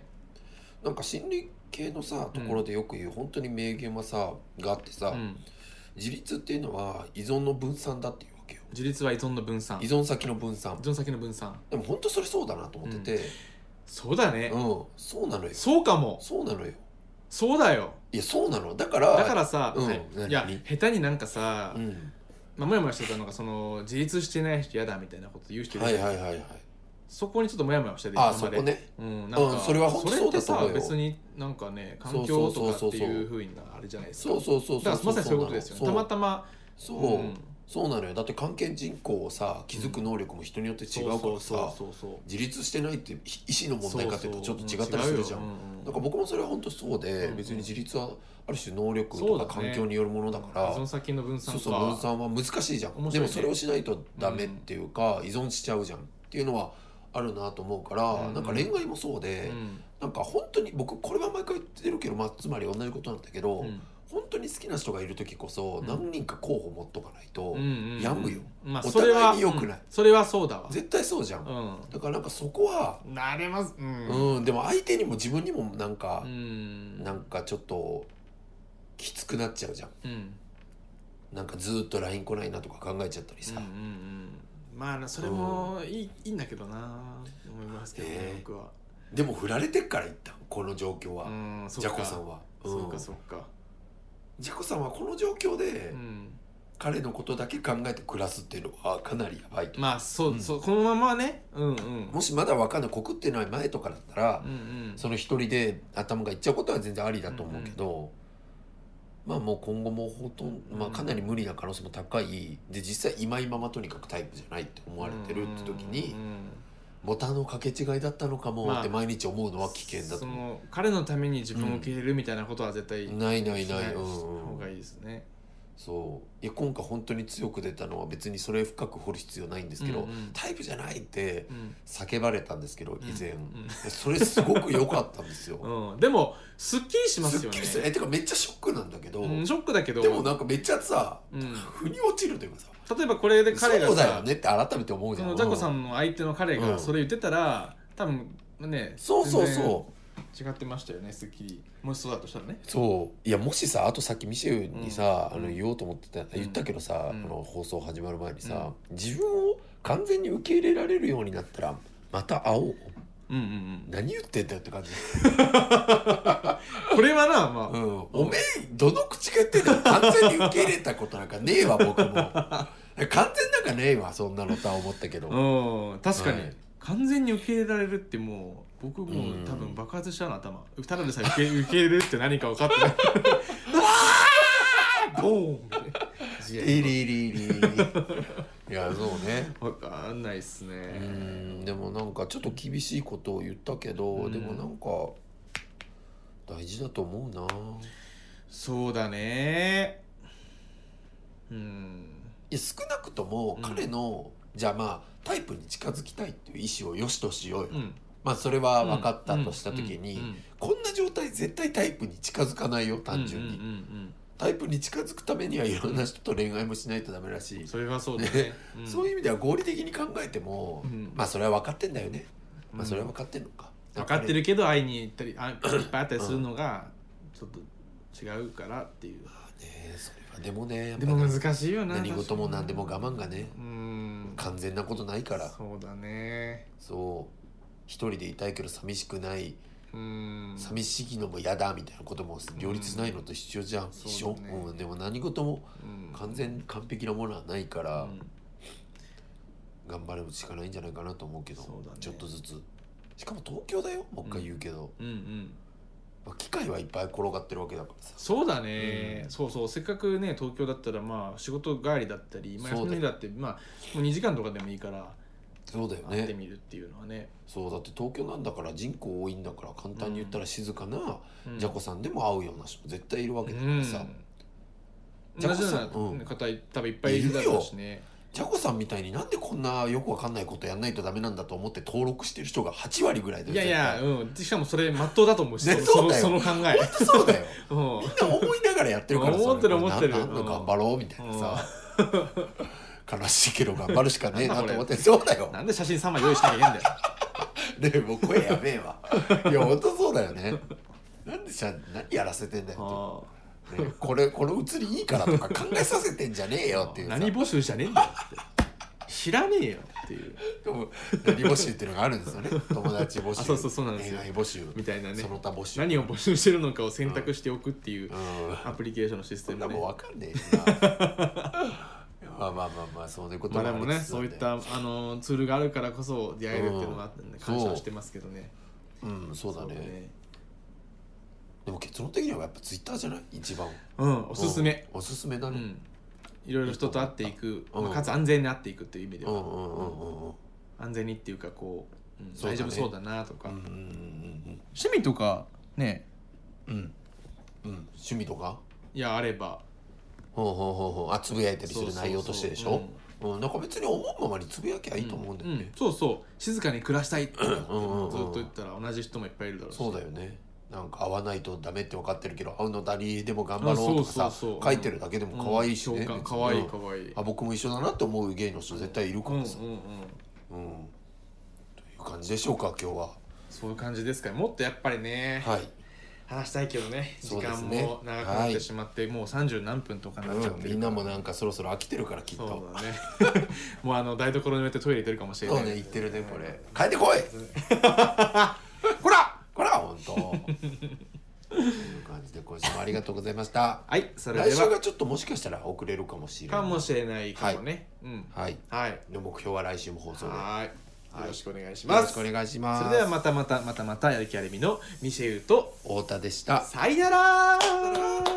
S2: なんか心理系のさところでよく言う、本当に名言はさがあってさ、
S1: うん、
S2: 自立っていうのは依存の分散だっていうわけよ
S1: 自立は依存の分散
S2: 依
S1: 依
S2: 存先の分散
S1: 存先の分散
S2: でも本当それそうだなと思ってて
S1: そうだね、
S2: うん、そうなのよ
S1: そうかも
S2: そうなのよ
S1: そうだよ
S2: いやそうなのだから
S1: だからさ、
S2: うん
S1: はい
S2: 何
S1: いや下手になんかさ、
S2: うん、
S1: まあ、もやもやしてたのがその自立してない人嫌だみたいなこと言う人いる
S2: は
S1: じ
S2: い
S1: ゃん
S2: はいはいはい
S1: そこにちょっともやもやしてて
S2: ああ
S1: 今
S2: そ
S1: まで
S2: こね
S1: うん、なんか、
S2: うんそれは本当
S1: それって
S2: そうだと
S1: さ
S2: 思うよ
S1: 別になんかね環境とか
S2: そうそうそうそう
S1: っていうふうになあれじゃないですか
S2: そうそうそうそう
S1: だからまさにそういうことですよねたまたま
S2: そう、
S1: うん
S2: そうなのよだって関係人口をさ気づく能力も人によって違うからさ、
S1: そうそう
S2: 自立してないってひ意思の問題かっていうとちょっと違ったりするじゃんなんか
S1: か
S2: 僕もそれは本当そうで、
S1: うんうん
S2: 別に自立はある種能力
S1: そ
S2: と
S1: うだ
S2: か
S1: ね
S2: 環境によるものだから
S1: そ
S2: そう,、
S1: の先の分散
S2: そう
S1: か
S2: 分散は難しいじゃん、
S1: 面白いね
S2: でもそれをしないとダメっていうか、依存しちゃうじゃんっていうのはあるなと思うから、
S1: うんうん
S2: なんか恋愛もそうで、
S1: うん
S2: なんか本当に僕これは毎回言ってるけど、まあ、つまり同じことなんだけど、
S1: うん
S2: 本当に好きな人がいる時こそ
S1: うん
S2: 何人か候補持っとかないと、
S1: うんうんうん
S2: 病むよ
S1: まあ
S2: お
S1: それは
S2: 互いに良くない
S1: うんそれはそうだわ
S2: 絶対そうじゃん、
S1: う
S2: だからなんかそこは、
S1: んなれますう
S2: うんん、でも相手にも自分にもなんか、
S1: うん
S2: なんかちょっときつくなっちゃうじゃん
S1: うん
S2: なんかずーっと LINE 来ないなとか考えちゃったりさ、
S1: うんうんうんまあなそれもいいいいんだけどな思いますけどね
S2: ね
S1: 僕は
S2: でも振られてっから一旦この状況は、
S1: うんそ
S2: ジ
S1: っ
S2: ャコ
S1: か
S2: さんは、
S1: そっ
S2: うん
S1: かそっか
S2: ジャコさんはこの状況で
S1: うん
S2: 彼のことだけ考えて暮らすっていうのはかなりやばいと、
S1: まあそう、
S2: うん
S1: そうこのままねうんうん
S2: もしまだ分かんない告ってない前とかだったら
S1: う、んうん
S2: その一人で頭がいっちゃうことは全然ありだと思うけど、まあもう今後もほとんど、まあ、かなり無理な可能性も高いで実際今今まとにかくタイプじゃないって思われてるって時に、
S1: うんうんうん
S2: ボタンの掛け違いだったのかも
S1: まあ
S2: って毎日思うのは危険だと
S1: そ
S2: 思
S1: の彼のために自分を受け入れるみたいなことは絶対
S2: う、ないない
S1: し
S2: ない、う
S1: した
S2: ん
S1: 方
S2: う
S1: が
S2: ん、
S1: いいですね。
S2: そういや今回本当に強く出たのは別にそれ深く掘る必要ないんですけど、
S1: うんうん
S2: タイプじゃないって
S1: うん
S2: 叫ばれたんですけど以前、
S1: うん
S2: それすごく良かったんです
S1: [laughs]
S2: よ。
S1: うん、でもすっきりします
S2: すっ
S1: よね
S2: きりするえてかめっちゃショックなんだけど、
S1: うん、ショックだけど
S2: でもなんかめっちゃさ、
S1: うん
S2: 腑に落ちるというかさ
S1: 例えばこれで彼が
S2: そうだよ
S1: さ、
S2: ねって改めて思うじ
S1: そ
S2: ゃん。
S1: のザコさ
S2: うん
S1: の相手の彼
S2: う
S1: が
S2: ん
S1: それ言ってたら、多分ね
S2: そうそうそう
S1: 違ってましたよねすっきりもしそうだとしたらね
S2: う。そういやもしさあとさっきミシェルにさ、
S1: うん
S2: あの言おうと思ってた、言ったけどさ、
S1: うん
S2: この放送始まる前にさ、自分を完全に受け入れられるようになったらまた会おう
S1: うんうん
S2: 何言ってんだよって感じ、
S1: うんこれはなま
S2: うん、おめえどの口が言ってんだよ完全に受け入れたことなんかねえわ僕も完全なんかねえわそんなのとは思ったけど、
S1: あうん確かに、
S2: はい
S1: 完全に受け入れられるってもう僕もう多分爆発しちゃうな頭ただでさえ受け受け入れるって何か分かって
S2: [laughs]
S1: ないうわーゴーンって
S2: リリリリいやそうね
S1: 分かんないっす
S2: う
S1: ね
S2: んでもなんかちょっと厳しいことを言ったけど、
S1: うん
S2: でもなんか大事だと思うな
S1: そうだねうん
S2: いや少なくとも彼の、じゃあまあタイプに近づきたいっていう意思を良しとしようよ、
S1: うん
S2: まあそれは分かったとした時に、
S1: うんうんうん
S2: こんな状態絶対タイプに近づかないよ単純に、
S1: うんうんうん
S2: タイプに近づくためにはいろんな人と恋愛もしないとダメだし
S1: うん、それはそうだね、ん
S2: そういう意味では合理的に考えても、
S1: うん
S2: まあそれは分かってんだよね、まあそれは
S1: うん
S2: 分かってんのか
S1: 分かってるけど会いに行ったり
S2: [laughs]
S1: あいっぱいあったりするのがちょっと違うからっていう
S2: まあねそれはでもねやっぱ
S1: でも難しいよな
S2: 何事も何でも我慢がね
S1: うん
S2: 完全なことないから
S1: そうだね
S2: そう一人でいたいけど寂しくない
S1: うん
S2: 寂しいのも嫌だみたいなことも両立しないのと一緒じゃん、一緒、
S1: そうだね
S2: うん、でも何事も
S1: うん
S2: 完全完璧なものはないから、
S1: うん
S2: 頑張るしかないんじゃないかなと思うけど
S1: そうだね
S2: ちょっとずつしかも東京だよもう一回言うけど、
S1: うんうん
S2: まあ、機械はいっぱい転がってるわけだからさ
S1: そうだね、
S2: うん
S1: そうそうせっかくね東京だったらまあ仕事帰りだったり、まあ、
S2: そ
S1: 休
S2: う
S1: み
S2: だよ
S1: だってまあもう2時間とかでもいいから
S2: そうだよ
S1: 会って
S2: ね
S1: みるっていうのはね
S2: そうだって東京なんだから人口多いんだから簡単に言ったら静かな
S1: うん
S2: じゃこさんでも会うような人絶対いるわけだからさ、
S1: うん、
S2: じゃ
S1: 同
S2: あ
S1: じような
S2: うん
S1: 方多分いっぱいいるだろうしね
S2: じゃこさんみたいになんでこんなよくわかんないことやんないとダメなんだと思って登録してる人が8割ぐらいだ
S1: い
S2: よ
S1: やいや、うん、しかもそれ真っ当だと思うし、
S2: ね
S1: そ
S2: そう
S1: の
S2: だよ
S1: その考え、
S2: 絶対そうだよ
S1: うん
S2: みんな思いながらやってるから
S1: 思ってる
S2: それ
S1: 思ってる
S2: ななんの
S1: うん
S2: 頑張ろうみたいなさ悲しいけど頑張るしかねえなと思ってそうだよ
S1: なんで写真3枚用意しなきゃいけ
S2: [laughs]
S1: ないんだよ
S2: でもう声やべえわいや本当そうだよねなんでさ何やらせてんだ
S1: あ
S2: よって、ねこれこの写りいいからとか考えさせてんじゃねえよってい
S1: ー
S2: うさ
S1: 何募集じゃねえんだよって知らねえよっていう
S2: でも何募集っていうのがあるんですよ
S1: [laughs]
S2: ね友達募集
S1: あそうそうそうなんですよ
S2: 恋愛募集
S1: みたいなね
S2: その他募集
S1: 何を募集してるのかを選択しておくっていう
S2: うん
S1: アプリケーションのシス
S2: そ
S1: テ
S2: んな
S1: ムで、
S2: も
S1: ね、
S2: うわかんね
S1: [laughs]
S2: えよなまあまあまあまあそういうこと
S1: まあで
S2: もあり
S1: もね
S2: つつな
S1: そ
S2: ん
S1: うい
S2: で
S1: ったあのツールがあるからこそ出会えるっていうのがあったんで
S2: うん
S1: 感謝はしてますけどね
S2: うんそうだねでも結論的にはやっぱツイッターじゃない一番
S1: うんおすすめ
S2: うんおすすめだ
S1: う
S2: ね
S1: んいろいろ人と会っていく、
S2: うん
S1: まあ、かつ安全に会っていくっていう意味で
S2: うんうん
S1: は
S2: うんうんうん
S1: 安全にっていうかこう、うん
S2: そ
S1: 大
S2: うだね
S1: 丈夫そうだなとか、
S2: うんうん
S1: 趣味とかね
S2: うんうんうん趣味とか
S1: いやあれば
S2: ほうほうほうほうあつぶやいたりす
S1: そう
S2: る
S1: そうそう
S2: 内容としてでしょうんなんか別に思うままにつぶやきゃいいと思うんだよ
S1: う
S2: ね
S1: そうそう静かに暮らしたいってずっ
S2: うんうんうん
S1: と言ったら同じ人もいっぱいいるだろうし
S2: そうだよねなんか会わないとダメって分かってるけど会うのだりでも頑張ろうとか
S1: あそう
S2: さ
S1: そうそう
S2: 書いてるだけでも可愛いし
S1: うん
S2: ね別
S1: 共
S2: に
S1: 感かわいいかわいい
S2: あ僕も一緒だなって思うゲイの人絶対いるか
S1: うんうんうん
S2: らさ、うんという感じでしょうか今日は
S1: そういう感じですかねもっとやっぱりね、
S2: はい
S1: 話したいけどね時
S2: そうで
S1: 間
S2: すね
S1: も長くなってしまって、もう30何分とかなっちゃっ
S2: うん
S1: て
S2: み
S1: る
S2: ん
S1: から
S2: なもなんかそろそろ飽きてるからきっ
S1: そ
S2: と
S1: うだね [laughs] もうあの台所に置いてトイレ行ってるかもしれ
S2: そ
S1: な
S2: う
S1: い
S2: ね言ってるねこれ帰ってこい
S1: こら
S2: こら本当という感じで今週もありがとうございました
S1: はいそれで
S2: 来週
S1: は
S2: がちょっともしかしたら遅れるかもしれない
S1: かもしれないかもね、うん
S2: はい
S1: はい
S2: の目標は来週も放送でよ
S1: はーいよろしくお願いしま
S2: ろし
S1: す
S2: くお願いします
S1: それではまたまたまたまたやる気ありみのミシェウと
S2: 太田でした
S1: さよなら